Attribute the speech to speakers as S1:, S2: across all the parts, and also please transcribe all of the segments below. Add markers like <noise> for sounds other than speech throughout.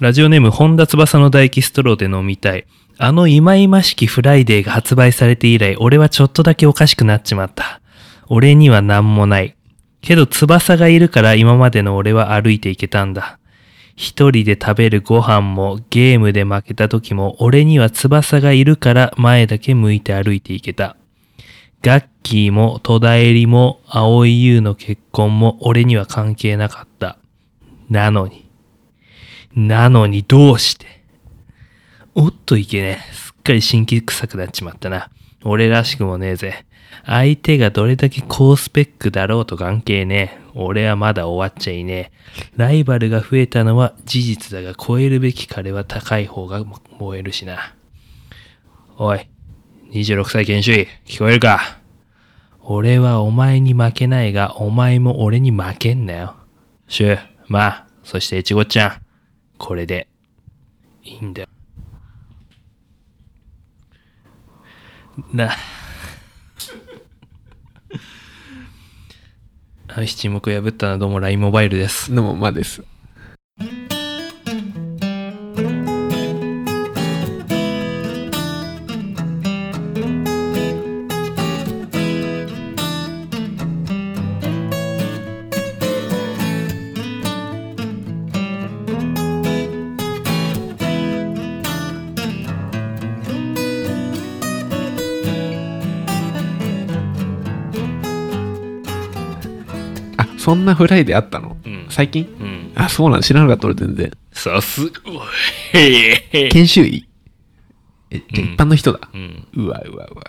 S1: ラジオネーム、本田翼の唾液ストローで飲みたい。あの忌々しきフライデーが発売されて以来、俺はちょっとだけおかしくなっちまった。俺には何もない。けど翼がいるから今までの俺は歩いていけたんだ。一人で食べるご飯もゲームで負けた時も俺には翼がいるから前だけ向いて歩いていけた。ガッキーも戸田恵梨も蒼井優の結婚も俺には関係なかった。なのに。なのにどうしておっといけねえ。すっかり新規臭くなっちまったな。俺らしくもねえぜ。相手がどれだけ高スペックだろうと関係ねえ。俺はまだ終わっちゃいねえ。ライバルが増えたのは事実だが超えるべき彼は高い方が燃えるしな。おい、26歳研修医、聞こえるか俺はお前に負けないが、お前も俺に負けんなよ。シュ、まあ、そしていちごちゃん。これで、いいんだよ。な、はい、沈黙を破ったのはどうも LINE モバイルです。
S2: どうも、まあです。あ、そんなフライであったの
S1: うん。
S2: 最近
S1: うん。
S2: あ、そうなん知らなかった俺全然。
S1: さす、おい。
S2: 研修医え、じゃあ
S1: うん
S2: 一般の人だ。
S1: うん。
S2: うわうわうわ。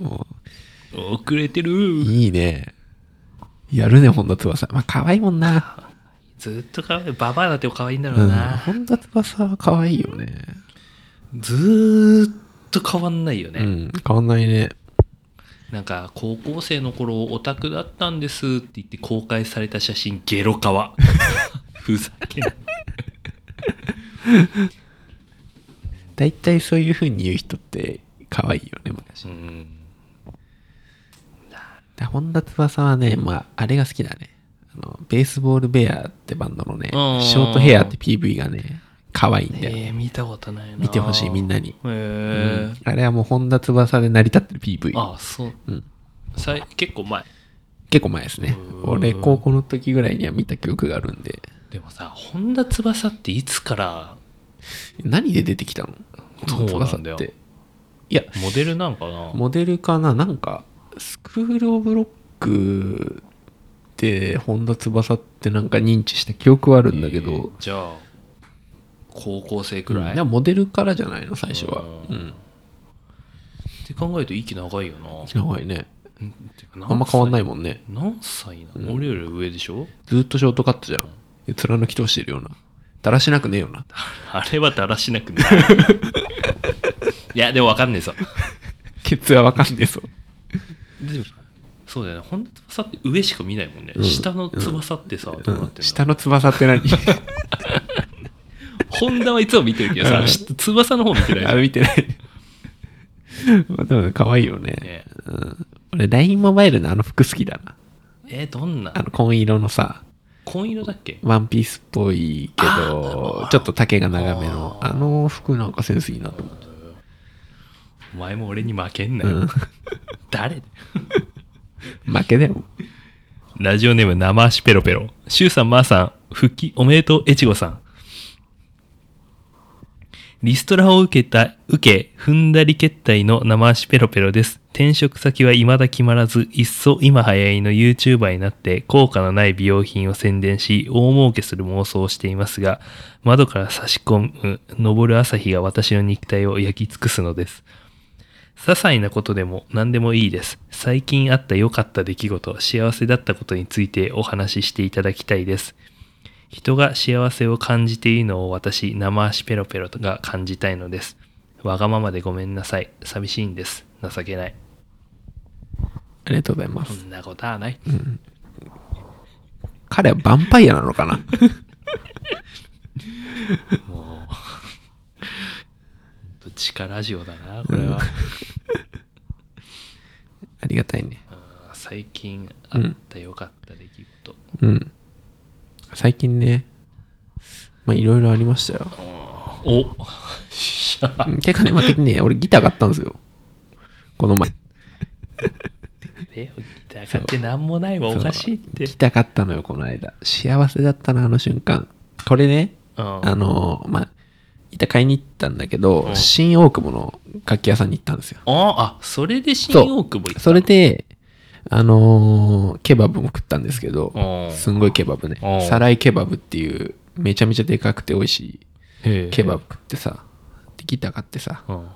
S2: も
S1: 遅れて
S2: う、
S1: る。
S2: いいね。やるね、本田翼。まあ、可愛いもんな。
S1: ずっと可愛い。ババアだって可愛いんだろ
S2: う。
S1: うんな。
S2: 本田翼は可愛いよね。
S1: ずーっと変わんないよね。
S2: うん、変わんないね。
S1: なんか、高校生の頃、オタクだったんですって言って公開された写真、ゲロカ
S2: <laughs>
S1: ワ。ふざけんな。
S2: 大体そういう風に言う人って可愛いよね、昔。
S1: うん。
S2: で本田翼はね、まあ、あれが好きだね。あの、ベースボールベアってバンドのね、シ
S1: うん
S2: ョートヘアって PV がね、可愛いんだよ。
S1: えー、見たことないな。
S2: 見てほしい、みんなに。
S1: へえ
S2: うんあれはもう本田翼で成り立ってる PV。
S1: ああ、そう。
S2: うん
S1: さい結構前。
S2: 結構前ですね。
S1: うん
S2: 俺、高校の時ぐらいには見た記憶があるんで。
S1: でもさ、本田翼っていつから
S2: 何で出てきたの
S1: そうなんだよ
S2: 本田翼って。いや、
S1: モデルなんかな
S2: モデルかななんか、スクールオブロックって、本田翼ってなんか認知した記憶はあるんだけど、
S1: えーじゃあ、高校生く
S2: ぐ
S1: ら
S2: ら
S1: い。
S2: いやモデルからじゃないの最初は
S1: う
S2: うんん
S1: って考えると息長いよな。
S2: 長いね
S1: うんてか。
S2: あんま変わんないいもんね
S1: 何歳なの、
S2: うん
S1: 俺より上でしょ <laughs>
S2: ずっとショートカットじゃんで貫き通してるようなだらしなくねえよな <laughs>
S1: あれはだらしなくない。 <laughs> いや、でもわかんねえぞ。
S2: ケツはわかんねえぞ
S1: そうだよね。本田翼って上しか見ないもんね。
S2: うん
S1: 下の翼ってさ、どうなってんの、
S2: 下の翼っ
S1: <laughs>
S2: て何
S1: 本田はいつも見てるけどさ、
S2: うん
S1: し翼の方見てないじゃ
S2: あ
S1: ん。
S2: 見てない <laughs> まあでも可愛いよね
S1: ね
S2: うん俺 LINE モバイルのあの服好きだな
S1: えーどんな
S2: あの紺色のさ
S1: 紺色だっけ
S2: ワンピースっぽいけ
S1: あー
S2: どちょっと丈が長めのあの服なんかセンスいいなと思って
S1: お前も俺に負けんな
S2: う
S1: よ。
S2: ん
S1: <laughs> 誰
S2: 負けだよ
S1: ラジオネーム生足ペロペロ。シュウさん、マーさん、復帰おめでとう、エチゴさん。リストラを受けた、受け、踏んだり決済の生足ペロペロです。転職先は未だ決まらず、いっそ今流行りの YouTuber になって、効果のない美容品を宣伝し、大儲けする妄想をしていますが、窓から差し込む、昇る朝日が私の肉体を焼き尽くすのです。些細なことでも何でもいいです。最近あった良かった出来事、幸せだったことについてお話ししていただきたいです。人が幸せを感じているのを私、生足ペロペロが感じたいのです。わがままでごめんなさい。寂しいんです。情けない。
S2: ありがとうございま
S1: そ
S2: す
S1: んなことはない。
S2: 彼はヴァンパイアなの
S1: <laughs>
S2: かな
S1: もう。力ラジオだな、これは。
S2: ありがたいね。
S1: あー最近あった良かった出来事。
S2: うん。最近ね、まあいろいろありましたよ。
S1: お
S2: うんてかね、まあ、てかね、俺ギター買ったんですよ。この前。
S1: えギター買ってなんもないわおかしいって
S2: ギター買ったのよ、この間。幸せだったな、あの瞬間。これね、
S1: うん
S2: あのーまあ、ギター買いに行ったんだけど、
S1: うん
S2: 新大久保の楽器屋さんに行ったんですよ。
S1: ああそれで新
S2: そう
S1: 大久保行った
S2: それで、あのーケバブも食ったんですけど、
S1: うん
S2: すんごいケバブね
S1: うん。
S2: サライケバブっていう、めちゃめちゃでかくて美味し
S1: へえ
S2: いケバブ食ってさ、でギター買ってさ、
S1: うん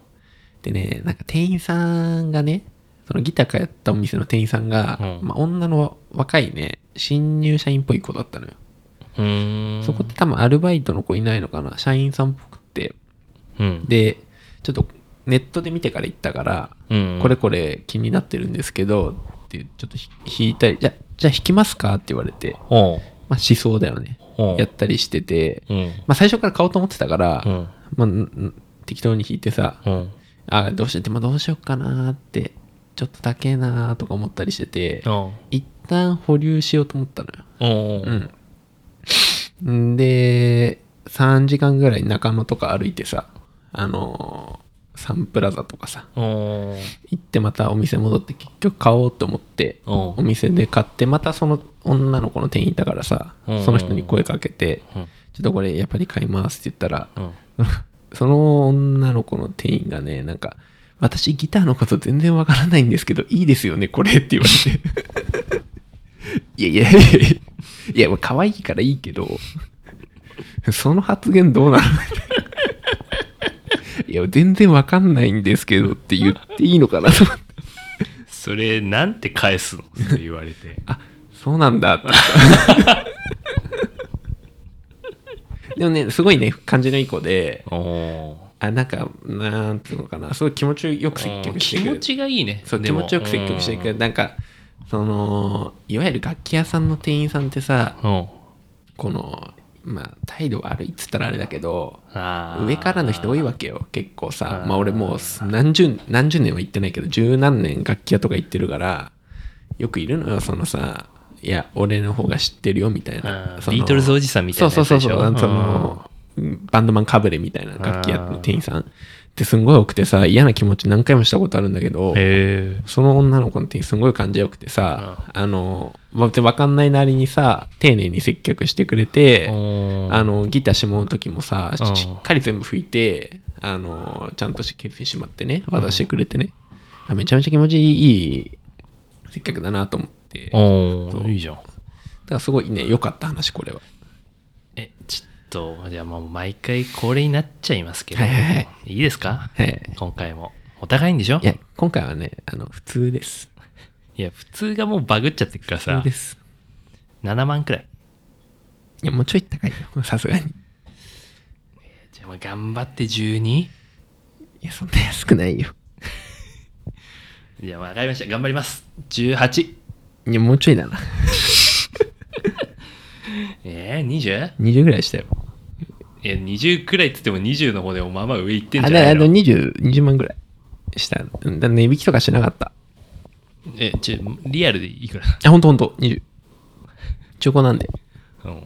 S2: でね、なんか店員さんがね、そのギター買ったお店の店員さんが、
S1: うん
S2: まあ、女の若いね、新入社員っぽい子だったのよ。
S1: うーん
S2: そこって多分アルバイトの子いないのかな、社員さんっぽくって。
S1: うん
S2: で、ちょっとネットで見てから行ったから、
S1: うん
S2: これこれ気になってるんですけど、ってちょっとひ弾いたり、じゃ、じゃあ弾きますかって言われて、
S1: おう
S2: まあ思想だよね。
S1: おう
S2: やったりしてて、
S1: うん
S2: まあ最初から買おうと思ってたから、
S1: うん
S2: まあんん適当に弾いてさ、
S1: うん
S2: あどうしようって、まあどうしようかなって、ちょっとだけなーとか思ったりしてて、
S1: おう
S2: 一旦保留しようと思ったのよ。
S1: おう
S2: うん。んで、3時間ぐらい中野とか歩いてさ、あのーサンプラザとかさ、
S1: おう
S2: 行ってまたお店戻って結局買おうと思って、
S1: おう
S2: お店で買って、またその女の子の店員だからさ
S1: うん、
S2: その人に声かけて、
S1: うん
S2: ちょっとこれやっぱり買いますって言ったら、
S1: うん
S2: <laughs> その女の子の店員がね、なんか、私ギターのこと全然わからないんですけど、いいですよね、これって言われて。 <laughs> いやいやいやいや、いや、まあ可愛いからいいけど、その発言どうなの <laughs> いや、全然わかんないんですけどって言っていいのかなと <laughs> 思って。
S1: それなんて返すのって言われ
S2: <laughs>
S1: て
S2: あそうなんだって。 <laughs> でもね、すごいね、感じのいい子で、
S1: おお
S2: あ、なんか、なんていうのかな、すごい気持ちよく接客して
S1: 気
S2: くれ
S1: 持
S2: る。
S1: ちがいいね
S2: そう、
S1: で
S2: 気
S1: も
S2: 持ちよく接客してくれ
S1: う
S2: る。
S1: ん
S2: なんか、その、いわゆる楽器屋さんの店員さんってさ、
S1: うん
S2: この、まあ、態度悪いっつったらあれだけど、
S1: あー
S2: 上からの人多いわけよ、結構さ
S1: あ。ー
S2: まあ、俺もう何十、何十年は行ってないけど、十何年楽器屋とか行ってるから、よくいるのよ、そのさ、いや、俺の方が知ってるよ、みたい
S1: あ
S2: な。
S1: ー
S2: その
S1: ビートルズおじさんみたいなやつ
S2: そう
S1: でし
S2: そ
S1: ょ
S2: うそうそう。その、バンドマンかぶれみたいな楽器屋の店員さんってすんごい多くてさ、嫌な気持ち何回もしたことあるんだけど、
S1: へえ
S2: その女の子の手すごい感じよくてさ、あの、わわかんないなりにさ、丁寧に接客してくれて、あ
S1: あ
S2: の、ギターしまう時もさ、
S1: うん
S2: しっかり全部拭いて、あの、ちゃんとし決意しまってね、渡してくれてね、あめちゃめちゃ気持ちいい接客だなと思って、だか
S1: おいいじゃん
S2: らすごいね、良かった話、これは。
S1: えちょっとじゃあもう毎回恒例になっちゃいますけど、、
S2: はいはいはい
S1: いですか
S2: はい。
S1: 今回もお互いんでしょ
S2: いや、今回はね、あの、普通です。
S1: いや普通がもうバグっちゃってるから
S2: 普
S1: さ
S2: 通です。
S1: 7万くらい
S2: いや、もうちょい高いよ、さすがに。
S1: じゃあまあ頑張って 12?
S2: いや、そんな安くないよ。
S1: じゃあわかりました頑張ります18
S2: いや、もうちょいだな。
S1: えー、20?
S2: 20ぐらいしたよ。
S1: いや20くらいって言っても20の方でもまあまあ上行ってん
S2: あ
S1: じゃ
S2: だ
S1: ない
S2: あの
S1: の
S2: 20、20万ぐらいした。うんだ値引きとかしなかった。
S1: えちょリアルでいくら、
S2: あ、ほんとほんと、20。中古なんで。
S1: うん、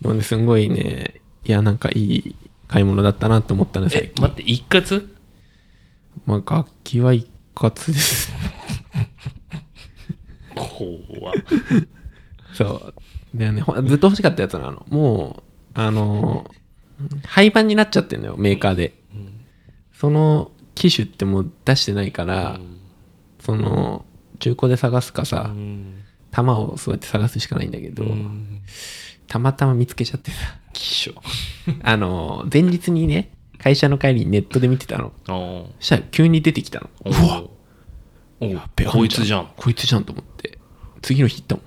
S2: でもね、すんごいね、いや、なんかいい買い物だったなと思ったんですよ
S1: え。待って一括
S2: まあ、楽器は一括です。
S1: 怖
S2: そう。でね、ほんずっと欲しかったやつなの。もう、あのー、廃盤になっちゃってんのよ、メーカーで。その機種ってもう出してないから、その、中古で探すかさ、
S1: うん
S2: 玉をそうやって探すしかないんだけど、
S1: うん
S2: たまたま見つけちゃ
S1: <laughs>
S2: ってさ、
S1: 希少
S2: あのー、前日にね、会社の帰りにネットで見てたの。
S1: お
S2: そしたら急に出てきたの。
S1: お
S2: うわ
S1: おう
S2: やっべ
S1: こいつじゃん。
S2: こいつじゃんと思って。次の日行ったもん。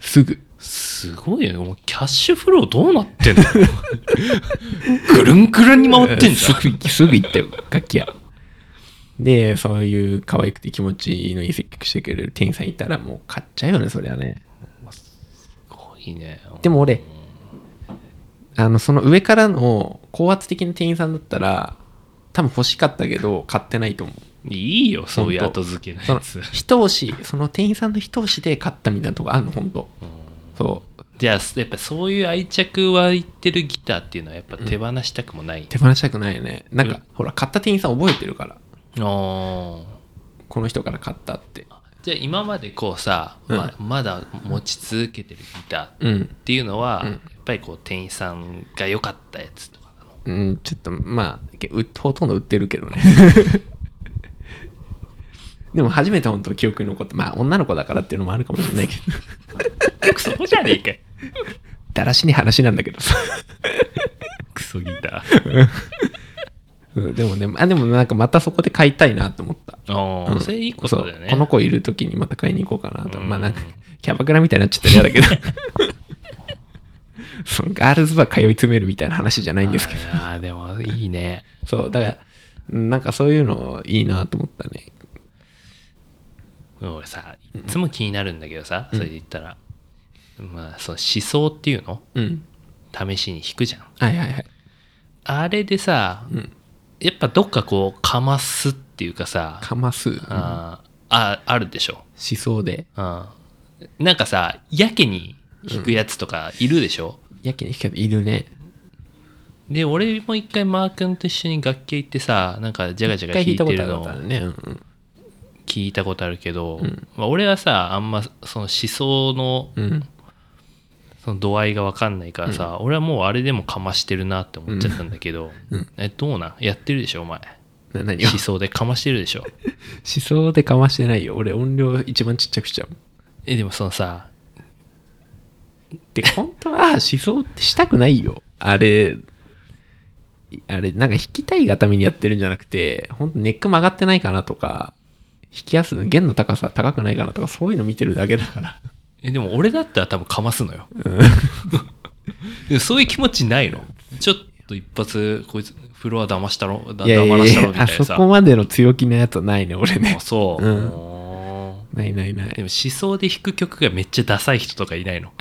S2: すぐ。
S1: すごいよね。もうキャッシュフローどうなって <laughs> んのぐるんぐるんに回ってんじゃん。
S2: すぐ、すぐ行ったよ、楽器屋。で、そういう可愛くて気持ちのいい接客してくれる店員さんいたらもう買っちゃうよね、そりゃね。
S1: すごいね。
S2: でも俺、あの、その上からの高圧的な店員さんだったら、多分欲しかったけど、買ってないと思う。
S1: いいよ、そういう
S2: ほん
S1: 後
S2: と
S1: 付けの
S2: <laughs> そ
S1: や
S2: の
S1: つ。
S2: 一押し、その店員さんの一押しで買ったみたいなとこあるの、ほんと。そう。
S1: じゃあ、やっぱそういう愛着は言ってるギターっていうのはやっぱ手放したくもない。
S2: 手放したくないよね。なんか、
S1: うん
S2: ほら、買った店員さん覚えてるから。
S1: おー
S2: この人から買ったって。
S1: じゃあ今までこうさ、
S2: うん
S1: ままだ持ち続けてるギターっ
S2: うん。
S1: ていうのは、
S2: うん
S1: やっぱりこう店員さんが良かったやつとかな <laughs> の
S2: うん、ちょっと、まあ、けうほとんど売ってるけ
S1: <laughs>
S2: どね。でも初めて本当記憶に残って、まあ女の子だからっていうのもあるかもしれないけど、
S1: クソじゃねえかよ
S2: だらしに話なんだけどさ。
S1: クソギター
S2: うんでもね、あ、でもなんかまたそこで買いたいなと思った。
S1: あ
S2: う
S1: あ
S2: ん
S1: それいいことだよね
S2: そうこの子いる時にまた買いに行こうかなと。
S1: うん
S2: まあなんか、キャバクラみたいになっちゃったら嫌だけど。 <laughs> そのガールズバー通い詰めるみたいな話じゃないんですけど。
S1: ああでもいいね
S2: そう、だから、うんなんかそういうのいいなと思ったね。
S1: 俺さいつも気になるんだけどさ、
S2: うん
S1: それで言ったらまあその思想っていうの
S2: うん。
S1: 試しに弾くじゃん
S2: はいはいはい。
S1: あれでさ
S2: うん。
S1: やっぱどっかこうかますっていうかさ
S2: かます。うん思
S1: あーああるでしょ
S2: 想で。
S1: うんなんかさやけに弾くやつとかいるでしょ、
S2: やけに光るいるね。
S1: で俺も一回マー君と一緒に楽器行ってさなんかジャガジャ
S2: 一
S1: ガ弾
S2: 回弾
S1: い
S2: いたこ
S1: て
S2: とあ
S1: る
S2: る
S1: の
S2: ん
S1: を
S2: だね。うん
S1: 聞いたことあるけど、
S2: うん
S1: まあ、俺はさあんまその思想の
S2: うん。うん。
S1: その度合いが分かんないからさ、俺はもうあれでもかましてるなって思っちゃったんだけど、
S2: うんうん
S1: えどうなんやってるでしょお前
S2: な何を
S1: 思想でかましてるでしょ
S2: 思想でかましてないよ。俺音量一番ちっちゃくしちゃう。
S1: えでもそのさ
S2: で、本当は思想ってしたくないよ。あれ、あれ、なんか弾きたいがためにやってるんじゃなくて、本当ネック曲がってないかなとか、弾きやすい、弦の高さ高くないかなとか、そういうの見てるだけだから。 <laughs>
S1: えでも俺だったら多分かますのよ <laughs> でもそういう気持ちないのちょっと一発こいつフロア騙したろだ
S2: いやいや
S1: 騙ら
S2: い
S1: したろみ
S2: や、
S1: たい
S2: あ
S1: なさ
S2: そこまでの強気なやつはないね、俺ね
S1: あ。そう、
S2: う
S1: おー
S2: ないないな
S1: でも
S2: い。
S1: 思想で弾く曲がめっちゃダサい人とかいないの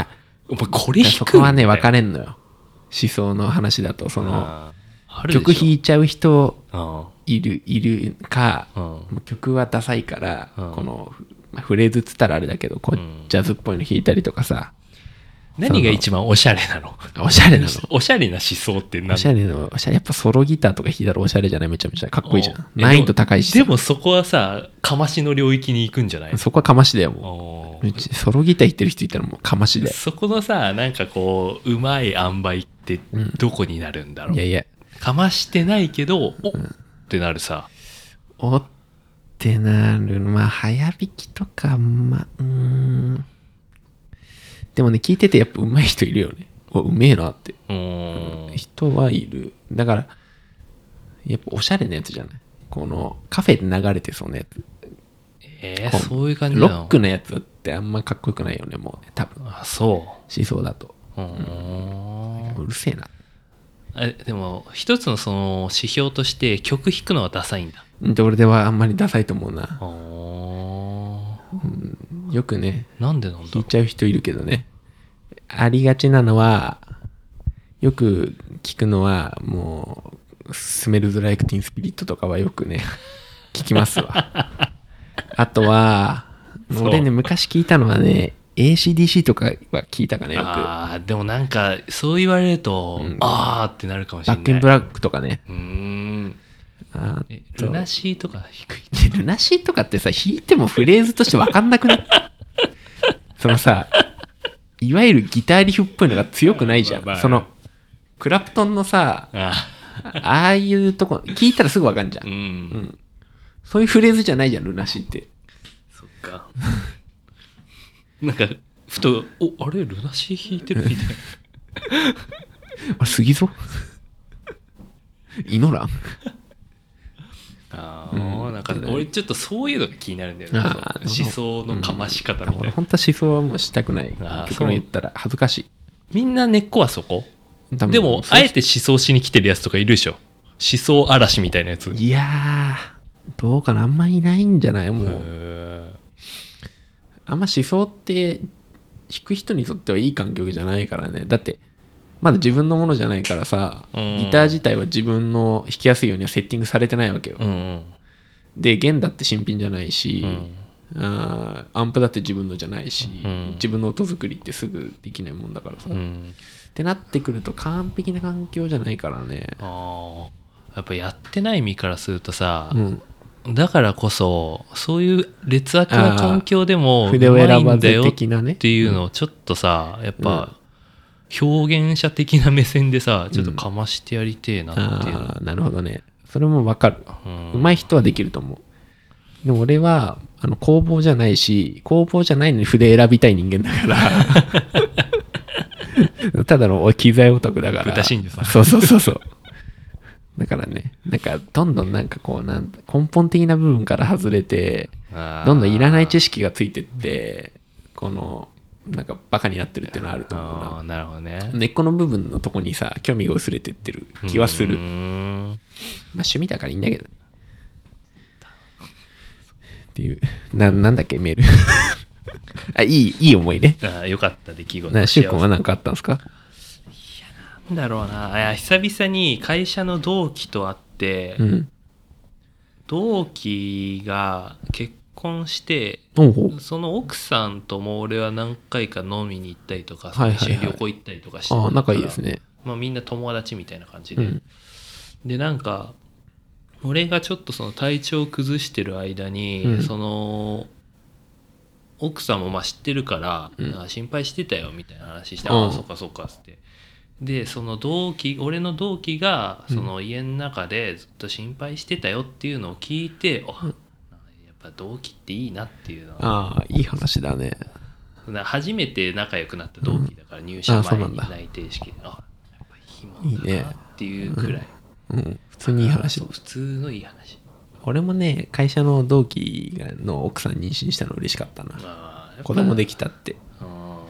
S1: お前これ弾く
S2: そこはね、
S1: みたいな
S2: 分かれんのよ。思想の話だと、その、
S1: あーあるでしょ
S2: 曲弾いちゃう人
S1: あ
S2: いる、いるか、
S1: ーうん
S2: もう曲はダサいから、
S1: うん
S2: このまあフレーズっつったらあれだけどこう
S1: うん
S2: ジャズっぽいの弾いたりとかさ、
S1: 何が一番おしゃれなの
S2: あ <laughs> おしゃれなの
S1: おしゃれな思想って何
S2: おしゃれのおしゃれやっぱソロギターとか弾いたらおしゃれじゃないめちゃめちゃかっこいいじゃん
S1: お
S2: 難易度高いし
S1: でもそこはさかましの領域に行くんじゃない
S2: そこはかましだよも
S1: お
S2: う
S1: ー
S2: うちソロギター弾いてる人いたらもうかましだよ
S1: そこのさなんかこううまい塩梅って
S2: うん
S1: どこになるんだろう、
S2: いやいや
S1: かましてないけどおっってなるさ
S2: おってなるまあ早弾きとかまあうーんでもね聞いててやっぱ上手い人いるよねおうめえなって
S1: うーん
S2: 人はいるだからやっぱおしゃれなやつじゃないこのカフェで流れてそうなやつ
S1: え
S2: こ
S1: ー、
S2: う
S1: そういう感じな
S2: ロ
S1: の
S2: ックなやつってあんまかっこよくないよねもうね多分
S1: あそ
S2: 思想だと
S1: ううーん
S2: うるせえな
S1: あでも一つのその指標として曲弾くのはダサいんだ
S2: で俺ではあんまりダサいと思うな
S1: あー
S2: よくね
S1: なんでなんだ
S2: 弾
S1: ろ
S2: いうちゃう人いるけどねありがちなのはよく聞くのはもうスメルズ・ライク・ティン・スピリットとかはよくね聞きます
S1: <laughs>
S2: わあとは
S1: そう
S2: 俺ね昔聞いたのはね ACDC とかは聞いたかねよくバ
S1: ああでもなんかそう言われると、
S2: うん
S1: ああってなるかもしれな
S2: ッ
S1: い
S2: ク・イン・ブラックとかね
S1: うーん
S2: あ
S1: え
S2: と
S1: ルナシーとか低い
S2: でルナシーとかってさ、弾いてもフレーズとして分かんなくな
S1: <laughs>
S2: っそのさ、いわゆるギターリフっぽいのが強くないじゃん。
S1: まあまあ
S2: その、クラプトンのさ、
S1: あ
S2: <laughs> ああいうとこ、聞いたらすぐ分かんじゃ。
S1: うん
S2: うんん。そういうフレーズじゃないじゃん、ルナシーって。
S1: そっかなんかふと「おあれルナシー弾いてる」みたいな
S2: あ、すぎぞ。 <laughs> 祈らん。
S1: <laughs> ああ、
S2: うん
S1: なんか俺ちょっとそういうのが気になるんだよね
S2: あ
S1: その思想のかまし方みたいな、
S2: 俺、本当は思想はもうしたくない
S1: あ。ー
S2: 曲の言ったら恥ずかしい。
S1: みんな根っこはそこ
S2: 多分
S1: でもあえて思想しに来てるやつとかいるでしょ思想嵐みたいなやつ
S2: いやー、どうかな、あんまいないんじゃないもう。
S1: うん
S2: あんま思想って弾く人にとってはいい環境じゃないからねだってまだ自分のものじゃないからさ、
S1: うん
S2: ギター自体は自分の弾きやすいようにはセッティングされてないわけよ、
S1: うん
S2: で弦だって新品じゃないし、
S1: うん
S2: あーアンプだって自分のじゃないし、
S1: うん
S2: 自分の音作りってすぐできないもんだからさ、
S1: う
S2: っ
S1: ん。
S2: てなってくると完璧な環境じゃないからね
S1: ああ。やっぱやってない身からするとさ
S2: う、ん
S1: だからこそ、そういう劣悪な環境でも、
S2: 筆を選ば
S1: んだ
S2: ず
S1: よ
S2: 的なね
S1: っていうのをちょっとさ、やっぱ、表現者的な目線でさ、ちょっとかましてやりてえなっていうの。
S2: ああなるほどねそれもわかる
S1: うん
S2: 上手い人はできると思うでも俺はあの工房じゃないし工房じゃないのに筆選びたい人間だか
S1: <laughs>
S2: らただの俺機材オタクだから
S1: 豚信者さん
S2: そうそうそうそうだからねなんかどんどんなんかこうなん根本的な部分から外れて
S1: あー
S2: どんどんいらない知識がついてってこのなんかバカになってるっていうのはあると思う
S1: あー
S2: な
S1: なるほどね。
S2: 根っこの部分のとこにさ興味が薄れてってる気はする
S1: うーん
S2: まあ趣味だからいいんだけど。っていう、な、なんだっけ、メール。 <laughs> あ、いい、いい思いね。
S1: あーよかった出来事。
S2: な、しゅうくんは
S1: 幸
S2: 何かあったんですか
S1: せなんだろうな。いや久々に会社の同期と会って、
S2: うん。
S1: 同期が結婚して、
S2: おうほう
S1: その奥さんとも俺は何回か飲みに行ったりとか、
S2: はいはいはい
S1: 一緒に旅行行ったりとかしてた
S2: あ
S1: か
S2: あ、
S1: ら
S2: 仲いいですね。
S1: まあみんな友達みたいな感じ
S2: う
S1: で。
S2: ん。
S1: でなんか俺がちょっとその体調を崩してる間に、
S2: うん
S1: その奥さんもまあ知ってるから、
S2: うん
S1: あ心配してたよみたいな話して、
S2: うん
S1: ああそっかそっかっつってでその同期俺の同期がその家の中でずっと心配してたよっていうのを聞いて、あやっぱ同期っていいなっていうのは
S2: ああ、いい話だね。
S1: な初めて仲良くなった同期だから入社
S2: あそう
S1: 前
S2: なん
S1: に
S2: だ
S1: 内定式であやっぱいいもんだなっていうくらい
S2: うん。普通にいい話
S1: そう。普通のいい話。
S2: 俺もね、会社の同期がの奥さん妊娠したの嬉しかったな。
S1: ああ
S2: 子供で
S1: き
S2: きたって。
S1: あ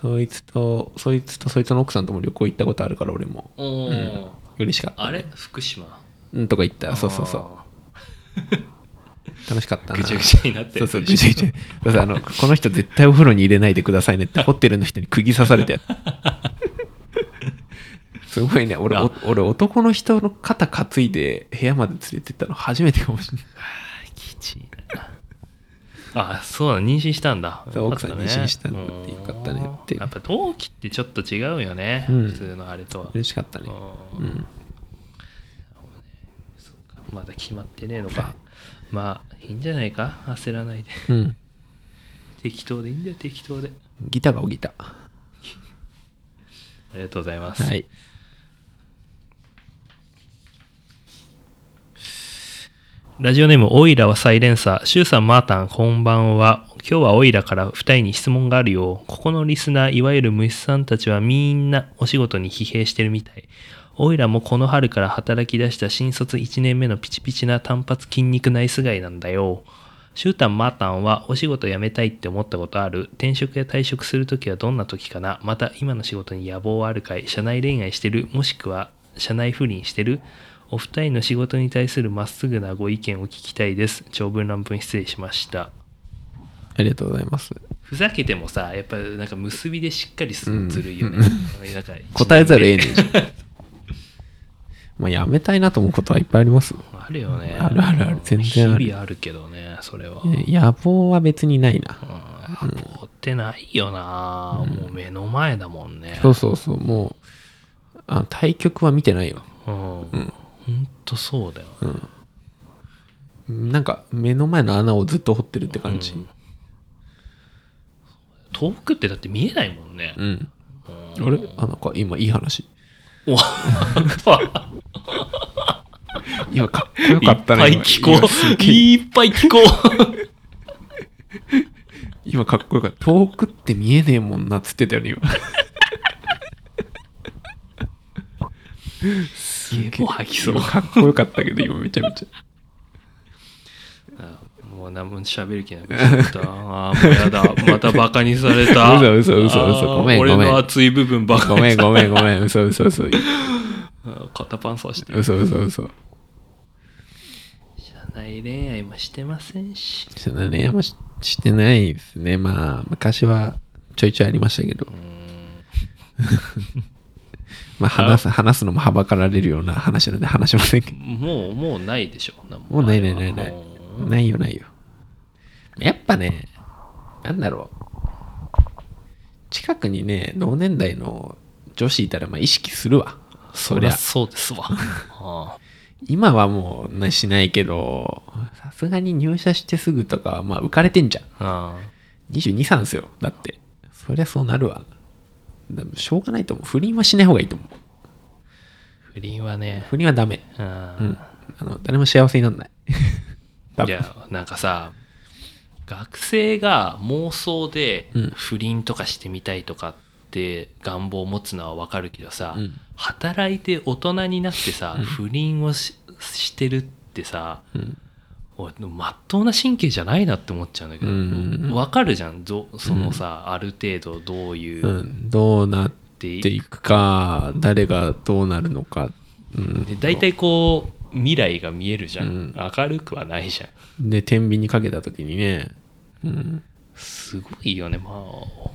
S2: そいつと、そいつとそいつの奥さんとも旅行行ったことあるから俺も。
S1: ーおー
S2: 嬉しかった。
S1: あれ福島
S2: うん、とか行った。そうそうそう。楽しかったな。
S1: ぐちゃぐちゃになって
S2: そうそう、ぐちゃぐちゃ。そうそう、あの、この人絶対お風呂に入れないでくださいね
S1: <laughs>
S2: って、ホテルの人に釘刺されて。すごいね、俺、お俺、男の人の肩担いで部屋まで連れてったの初めてかもしれない。
S1: きちいなあそうだ妊娠したんだ
S2: そう
S1: よかっね
S2: 奥さん妊娠したんだってよかったねって
S1: うんやっぱ同期ってちょっと違うよね、
S2: うん
S1: 普通のあれとは、
S2: 嬉しかったね。
S1: う
S2: うんん。
S1: まだ決まってねえのかまあいいんじゃないか焦らないで <laughs>
S2: うん。
S1: 適当でいいんだよ適当で
S2: ギターがおギター。
S1: ありがとうございます、
S2: はい。
S1: ラジオネーム、オイラはサイレンサー。シュウさん、マータン、こんばんは。今日はオイラから二人に質問があるよ。ここのリスナー、いわゆる虫さんたちはみんなお仕事に疲弊してるみたい。オイラもこの春から働き出した新卒1年目のピチピチな単発筋肉内ス貝なんだよ。シュウタン、マータンはお仕事辞めたいって思ったことある転職や退職するときはどんなときかなまた今の仕事に野望はあるかい社内恋愛してるもしくは社内不倫してるお二人の仕事に対するまっすぐなご意見を聞きたいです。長文乱文失礼しました。
S2: ありがとうございます。
S1: ふざけてもさ、やっぱなんか結びでしっかりす
S2: う
S1: る
S2: ん
S1: ずるいよね。なんか
S2: 答えざるええねんじゃん。まあ、やめたいなと思うことはいっぱいあります。
S1: <laughs> あるよね。
S2: あるあるある全然ある
S1: 日々あるけどね、それは。
S2: え野望は別にないな。
S1: うん、アポってないよな、もう目の前だもんね。
S2: そうそうそう、もう、あ対局は見てないよ。
S1: うん。ほんとそうだよ。
S2: なんか目の前の穴をずっと掘ってるって感じ。
S1: 遠くってだって見えないもんね。
S2: うん。あれあ、なんか今いい話。 <laughs>
S1: お
S2: 今かっこよかったね。
S1: いっぱい聞こ
S2: 今す
S1: う。
S2: げえ
S1: いっぱい聞
S2: <laughs>
S1: こう。
S2: 今かっこよかった。遠くって見えねえもんなっつってたよね、今。すげえ
S1: ゲボ吐きそう
S2: 今かっこよかったけど、今めちゃめちゃ。
S1: あもう何も喋る気なくなった。あーもうやだ。またバカにされた。
S2: 嘘嘘嘘嘘
S1: あー
S2: ごめんごめん
S1: 俺の熱い部分バカ
S2: ご
S1: に
S2: めんごめんごめん。嘘嘘嘘。
S1: あー肩パンさしてる。
S2: 嘘嘘嘘。
S1: 社内恋愛もしてませんし。
S2: そのね、あんまししてないですね。まあ、昔はちょいちょいありましたけど。 <laughs> まあ、話す、話すのもはばかられるような話なんで話しませんけど。
S1: もう、もうないでしょ。なん
S2: もうないないないない
S1: うん。
S2: ないよないよ。やっぱね、なんだろう。近くにね、同年代の女子いたら、まあ意識するわ。そ
S1: そ
S2: り
S1: り
S2: ゃ
S1: ゃ、そうです
S2: <laughs>
S1: わ。あ
S2: 今はもうなしないけど、さすがに入社してすぐとかは、まあ浮かれてんじゃん。
S1: あああ
S2: 22、3っすよ。だって。そりゃそうなるわ。でもしょうがないと思う。不倫はしない方がいいと思う。
S1: 不倫はね、
S2: 不倫はダメ。
S1: う
S2: うんん。あの、誰も幸せになんない。多
S1: い
S2: 分
S1: や、なんかさ、学生が妄想で
S2: うん
S1: 不倫とかしてみたいとかって願望を持つのはわかるけどさ、
S2: うん
S1: 働いて大人になってさ、不倫をししてるってさ、
S2: うん。
S1: 俺まっとうな神経じゃないなって思っちゃうんだけど、
S2: うん
S1: わかるじゃんどそのさ、ある程度どういううっ
S2: ん。どうなってていくか、誰がどうなるのか。うん。
S1: で大体こう未来が見えるじゃん、
S2: うん
S1: 明るくはないじゃん
S2: で、天秤にかけた時にね、うん。
S1: すごいよねまあ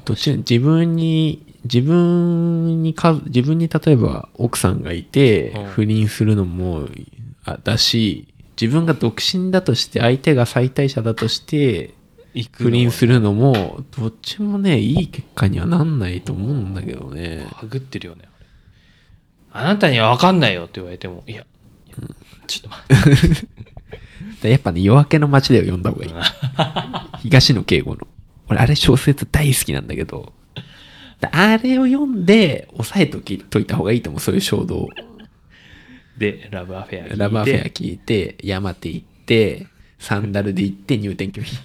S2: どっち自分に、自分にか、自分に例えば奥さんがいて
S1: うん、
S2: 不倫するのも、あだし、自分が独身だとして、相手が最大者だとして、
S1: 行くの
S2: 不
S1: は
S2: 倫するのも、どっちもね、いい結果にはなんないと思うんだけどね。
S1: はぐってるよねあなたには分かんないよって言われてもいやいやちょっと
S2: <laughs>
S1: 待って
S2: でやっぱね、夜明けの街だよ、読んだ方がいい。東野敬吾の。俺、あれ小説大好きなんだけど、であれを読んで、抑えとき、といた方がいいと思う、そういう衝動を。
S1: でラブアフェア聞いて
S2: ラバーフェア聞いて、山手行って、サンダルで行って入店拒否。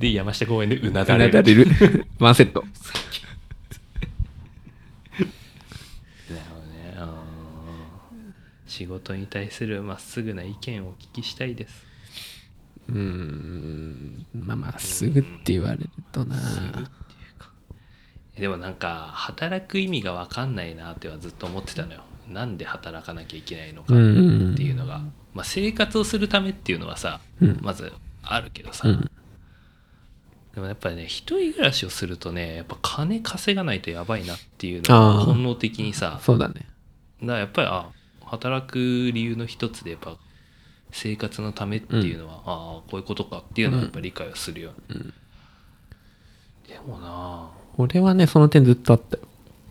S1: で山下公園でうなだ
S2: だ
S1: れ
S2: れ
S1: る
S2: だれる。 <laughs> ワンセット。
S1: だよねうん仕事に対するまっすぐな意見をお聞きしたいです
S2: うーん。まあまあ、すぐって言われるとな。
S1: でもなんか働く意味が分かんないなってはずっと思ってたのよなんで働かなきゃいけないのか
S2: う
S1: っ
S2: ん。
S1: ていうのが、まあ、生活をするためっていうのはさ、
S2: うん
S1: まずあるけどさ、
S2: うん。
S1: でもやっぱりね一人暮らしをするとねやっぱ金稼がないとやばいなっていうのが
S2: あー
S1: 本能的にさ
S2: そうだね。
S1: だからやっぱりあ働く理由の一つでやっぱ生活のためっていうのは、ああこういうことかっていうのはやっぱ理解をするよ、
S2: うん
S1: でもな
S2: 俺はね、その点ずっとあったよ。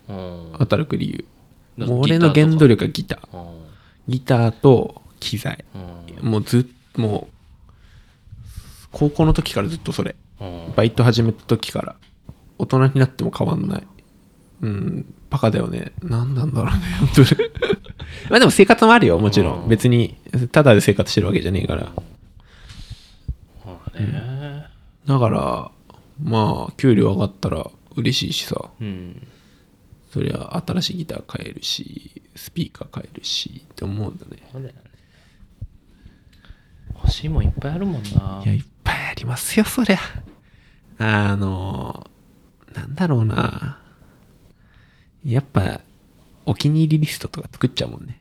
S1: あうん
S2: 働く理由。
S1: だ
S2: もう俺の原動力はギター。
S1: うん
S2: ギターと機材。
S1: うん
S2: もうずっもう、高校の時からずっとそれ。
S1: うん
S2: バイト始めた時から、大人になっても変わんない。うん、バカだよね。何なんだろうね、本当に。まあでも生活もあるよ、もちろ
S1: うん
S2: ん。別に、ただで生活してるわけじゃねえから。
S1: まあね
S2: だから、まあ、給料上がったら嬉しいしさ。
S1: うん
S2: そりゃ、新しいギター買えるし、スピーカー買えるし、って思うんだね。
S1: そうだよね欲しいもんいっぱいあるもんない
S2: や、いっぱいありますよ、そりゃ。あの、なんだろうな。やっぱ、お気に入りリストとか作っちゃうもんね。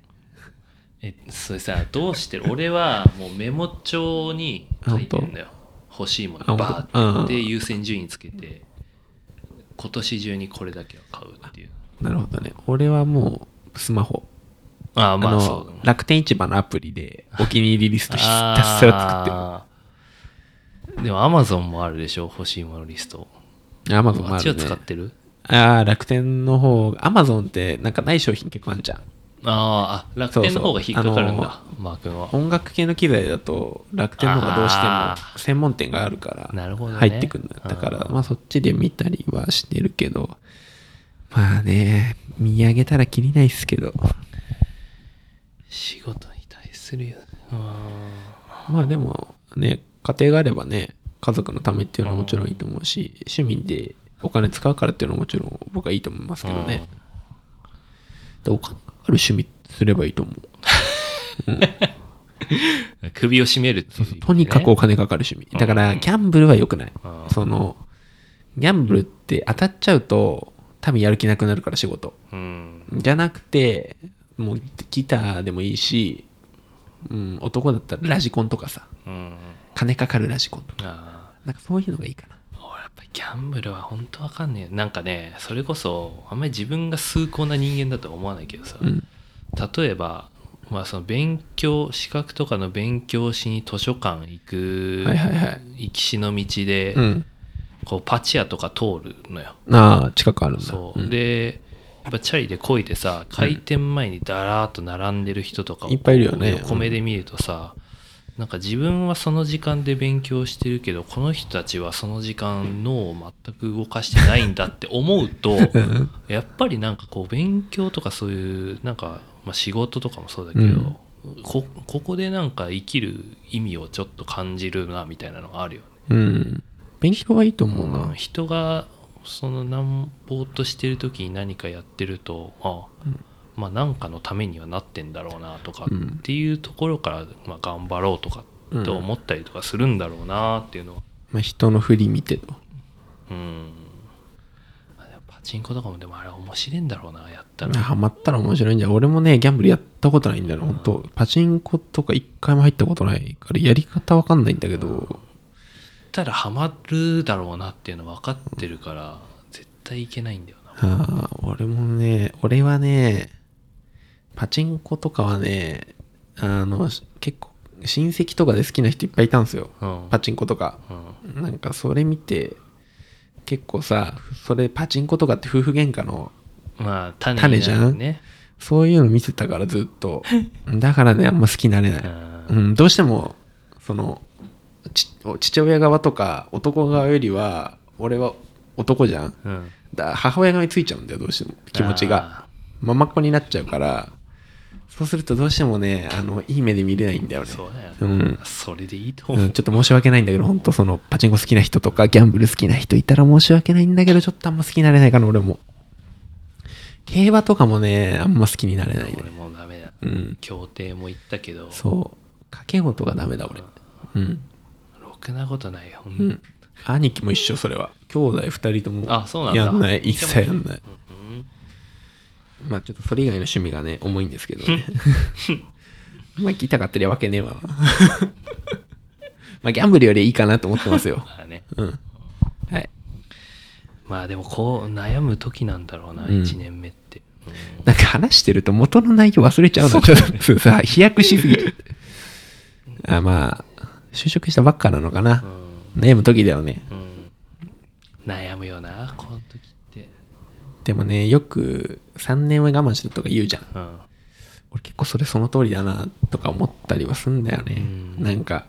S1: えそれさどう <laughs> してる俺はもうメモ帳に書いてるんだよ欲しいもの
S2: あ
S1: バ
S2: 本当
S1: ーっ
S2: う
S1: て
S2: ん
S1: 優先順位つけて今年中にこれだけは買うっていう
S2: なるほどね。俺はもう、スマホ。
S1: ああ
S2: あ
S1: まあそうだ
S2: の、楽天市場のアプリ
S1: <laughs>
S2: で、お気に入りリストひ
S1: あ
S2: たすら作っ
S1: ーでもアマゾンもあるでしょ欲しいものリスト
S2: てる。アマゾンも
S1: あ
S2: あ
S1: っちは
S2: るね
S1: 使。ってる
S2: ああ、楽天の方、アマゾンってなんかない商品結構あるじゃん。
S1: あーあ楽天の方が引っかかるん
S2: そうそう
S1: だマー君は
S2: 音楽系の機材だと楽天の方がどうして
S1: あ
S2: も専門店があるか
S1: なるほどね
S2: ら入ってくるんだだからまあそっちで見たりはしてるけどまあね見上げたらきりないっすけど
S1: 仕事に対するよ
S2: まあでもね家庭があればね家族のためっていうのはもちろんいいと思うし趣味でお金使うからっていうのはもちろん僕はいいと思いますけどねでお金かかる趣味すればいいと思う
S1: うん首を絞めるっていう意味ね
S2: とにかくお金かかる趣味。だから、ギャンブルは良くない
S1: うん。
S2: その、ギャンブルって当たっちゃうと、多分やる気なくなるから仕事。
S1: うん
S2: じゃなくて、もうギターでもいいし、うん、男だったらラジコンとかさ、
S1: うん
S2: 金かかるラジコンとか、
S1: あ
S2: なんかそういうのがいいかな。
S1: ー俺やっぱりギャンブルは本当わかんねえなんかねそれこそあんまり自分が崇高な人間だとは思わないけどさ、
S2: うん。
S1: 例えばまあその勉強資格とかの勉強しに図書館行く、
S2: はいはいはい
S1: 行きしの道で、
S2: うん。
S1: こうパチ屋とか通るのよ。
S2: ああ、近くあるんだ。
S1: そう、
S2: ん
S1: でやっぱチャリで漕いでさ開店前にだらーっと並んでる人とかを
S2: いっぱいいるよね
S1: こう横目で見るとさ、なんか自分はその時間で勉強してるけどこの人たちはその時間脳を全く動かしてないんだって思う
S2: <laughs>
S1: と
S2: うん
S1: やっぱりなんかこう勉強とかそういうなんか、まあ、仕事とかもそうだけど、
S2: うん
S1: こここでなんか生きる意味をちょっと感じるなみたいなのがあるよね。
S2: うん。勉強はいいと思うな。
S1: 人がそのなんぼーっとしてる時に何かやってるとまあ、
S2: うん
S1: まあ何かのためにはなってんだろうなとか
S2: うん
S1: っていうところから、まあ、頑張ろうとかって思ったりとかするんだろうなっていうのは
S2: まあ、人の振り見てと。
S1: うんパチンコとかもでもあれ面白いんだろうなやったら
S2: ハマったら面白いんじゃん。俺もね、ギャンブルやったことないんだよ、本当パチンコとか一回も入ったことないから、やり方わかんないんだけど、
S1: やったらハマるだろうなっていうの分かってるから絶対いけないんだよな
S2: ああ、俺もね、俺はね、パチンコとかはね、あの、し結構、親戚とかで好きな人いっぱいいたんですよ。
S1: うん
S2: パチンコとか。
S1: うん
S2: なんかそれ見て、結構さ、それパチンコとかって夫婦喧嘩の、
S1: まあ種
S2: 種
S1: に
S2: じゃん
S1: なるね
S2: そういうの見てたからずっ
S1: <laughs>
S2: と。だからね、あんま好きになれな
S1: う
S2: い。
S1: ん
S2: うん、どうしても、その、ち父親側とか男側よりは、俺は男じゃん。
S1: うん
S2: だ母親側についちゃうんだよ、どうしても。気持ち
S1: あ
S2: が。ママっ子になっちゃうから、そうするとどうしてもね、あの、いい目で見れないんだよ
S1: ー
S2: ね。
S1: そうだよね
S2: うん。
S1: それでいいと思
S2: う
S1: う。
S2: ん、ちょっと申し訳ないんだけど、本当その、パチンコ好きな人とか、ギャンブル好きな人いたら申し訳ないんだけど、ちょっとあんま好きになれないかな、俺も。競馬とかもね、あんま好きになれないね。
S1: 俺もうダメだ。
S2: うん。
S1: 協定も言ったけど、
S2: そう。掛け事がダメだ、俺。うん。
S1: ろくなことないよ。ほん
S2: うん。兄貴も一緒、それは。兄弟二人とも。
S1: あ、そうなんだ。
S2: やんない。一切やんな
S1: う
S2: い。
S1: ん
S2: まあちょっとそれ以外の趣味がね、重いんですけどね。 <laughs> まあギター買ってりゃわけねえわ。 <laughs> まあギャンブルよりいいかなと思ってます
S1: <laughs>
S2: よ。
S1: まあね。
S2: うん。はい。
S1: まあでもこう悩む時なんだろうな、
S2: うん
S1: 1年目って。うん
S2: なんか話してると元の内容忘れちゃうの。ちょっとさ、飛躍しすぎちゃって。あまあ、就職したばっかなのかな。悩む時だよね。
S1: うんうん悩むよな、この時って。
S2: でもね、よく3年は我慢してとか言うじゃん。
S1: うん
S2: 俺結構それその通りだなとか思ったりはすんだよね、
S1: うん
S2: なんか、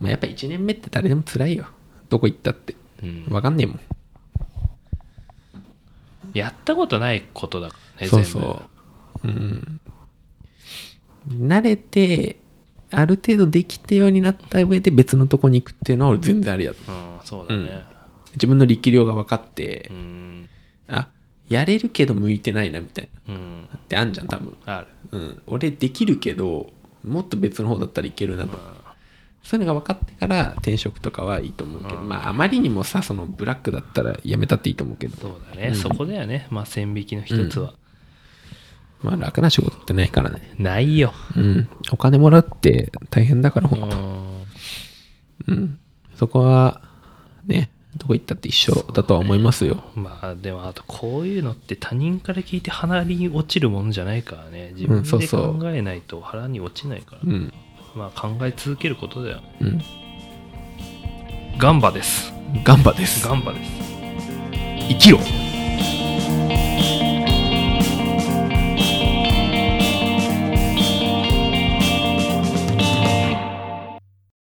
S2: まあ、やっぱ1年目って誰でも辛いよどこ行ったって
S1: うん
S2: わかんねえもん、
S1: やったことないことだからね、
S2: そ
S1: 全
S2: う
S1: 部。
S2: そううん慣れてある程度できたようになった上で別のとこに行くっていうのは俺全然ありだと
S1: うん、そうだね。
S2: 自分の力量が分かって
S1: う、ん。
S2: あやれるけど向いてないなみたいな
S1: うん。
S2: ってあんじゃん多分
S1: ある。
S2: うん、俺できるけどもっと別の方だったらいけるなと、そういうのが分かってから転職とかはいいと思うけど、
S1: うん
S2: まああまりにもさそのブラックだったらやめたっていいと思うけど
S1: そうだね、
S2: うん
S1: そこだよね。まあ線引きの一つは。
S2: まあ楽な仕事ってないからね
S1: ないよ。
S2: うんお金もらって大変だから
S1: う
S2: ほんと
S1: ん。
S2: うんそこはねどこ行ったって一緒だとは思いますよ
S1: まあでもあとこういうのって他人から聞いて鼻に落ちるものじゃないからね自分
S2: うんそう
S1: で
S2: そう
S1: 考えないと腹に落ちないから、
S2: うん
S1: まあ考え続けることだよね
S2: うん
S1: ガンバです
S2: ガンバです
S1: ガンバです
S2: 生きろ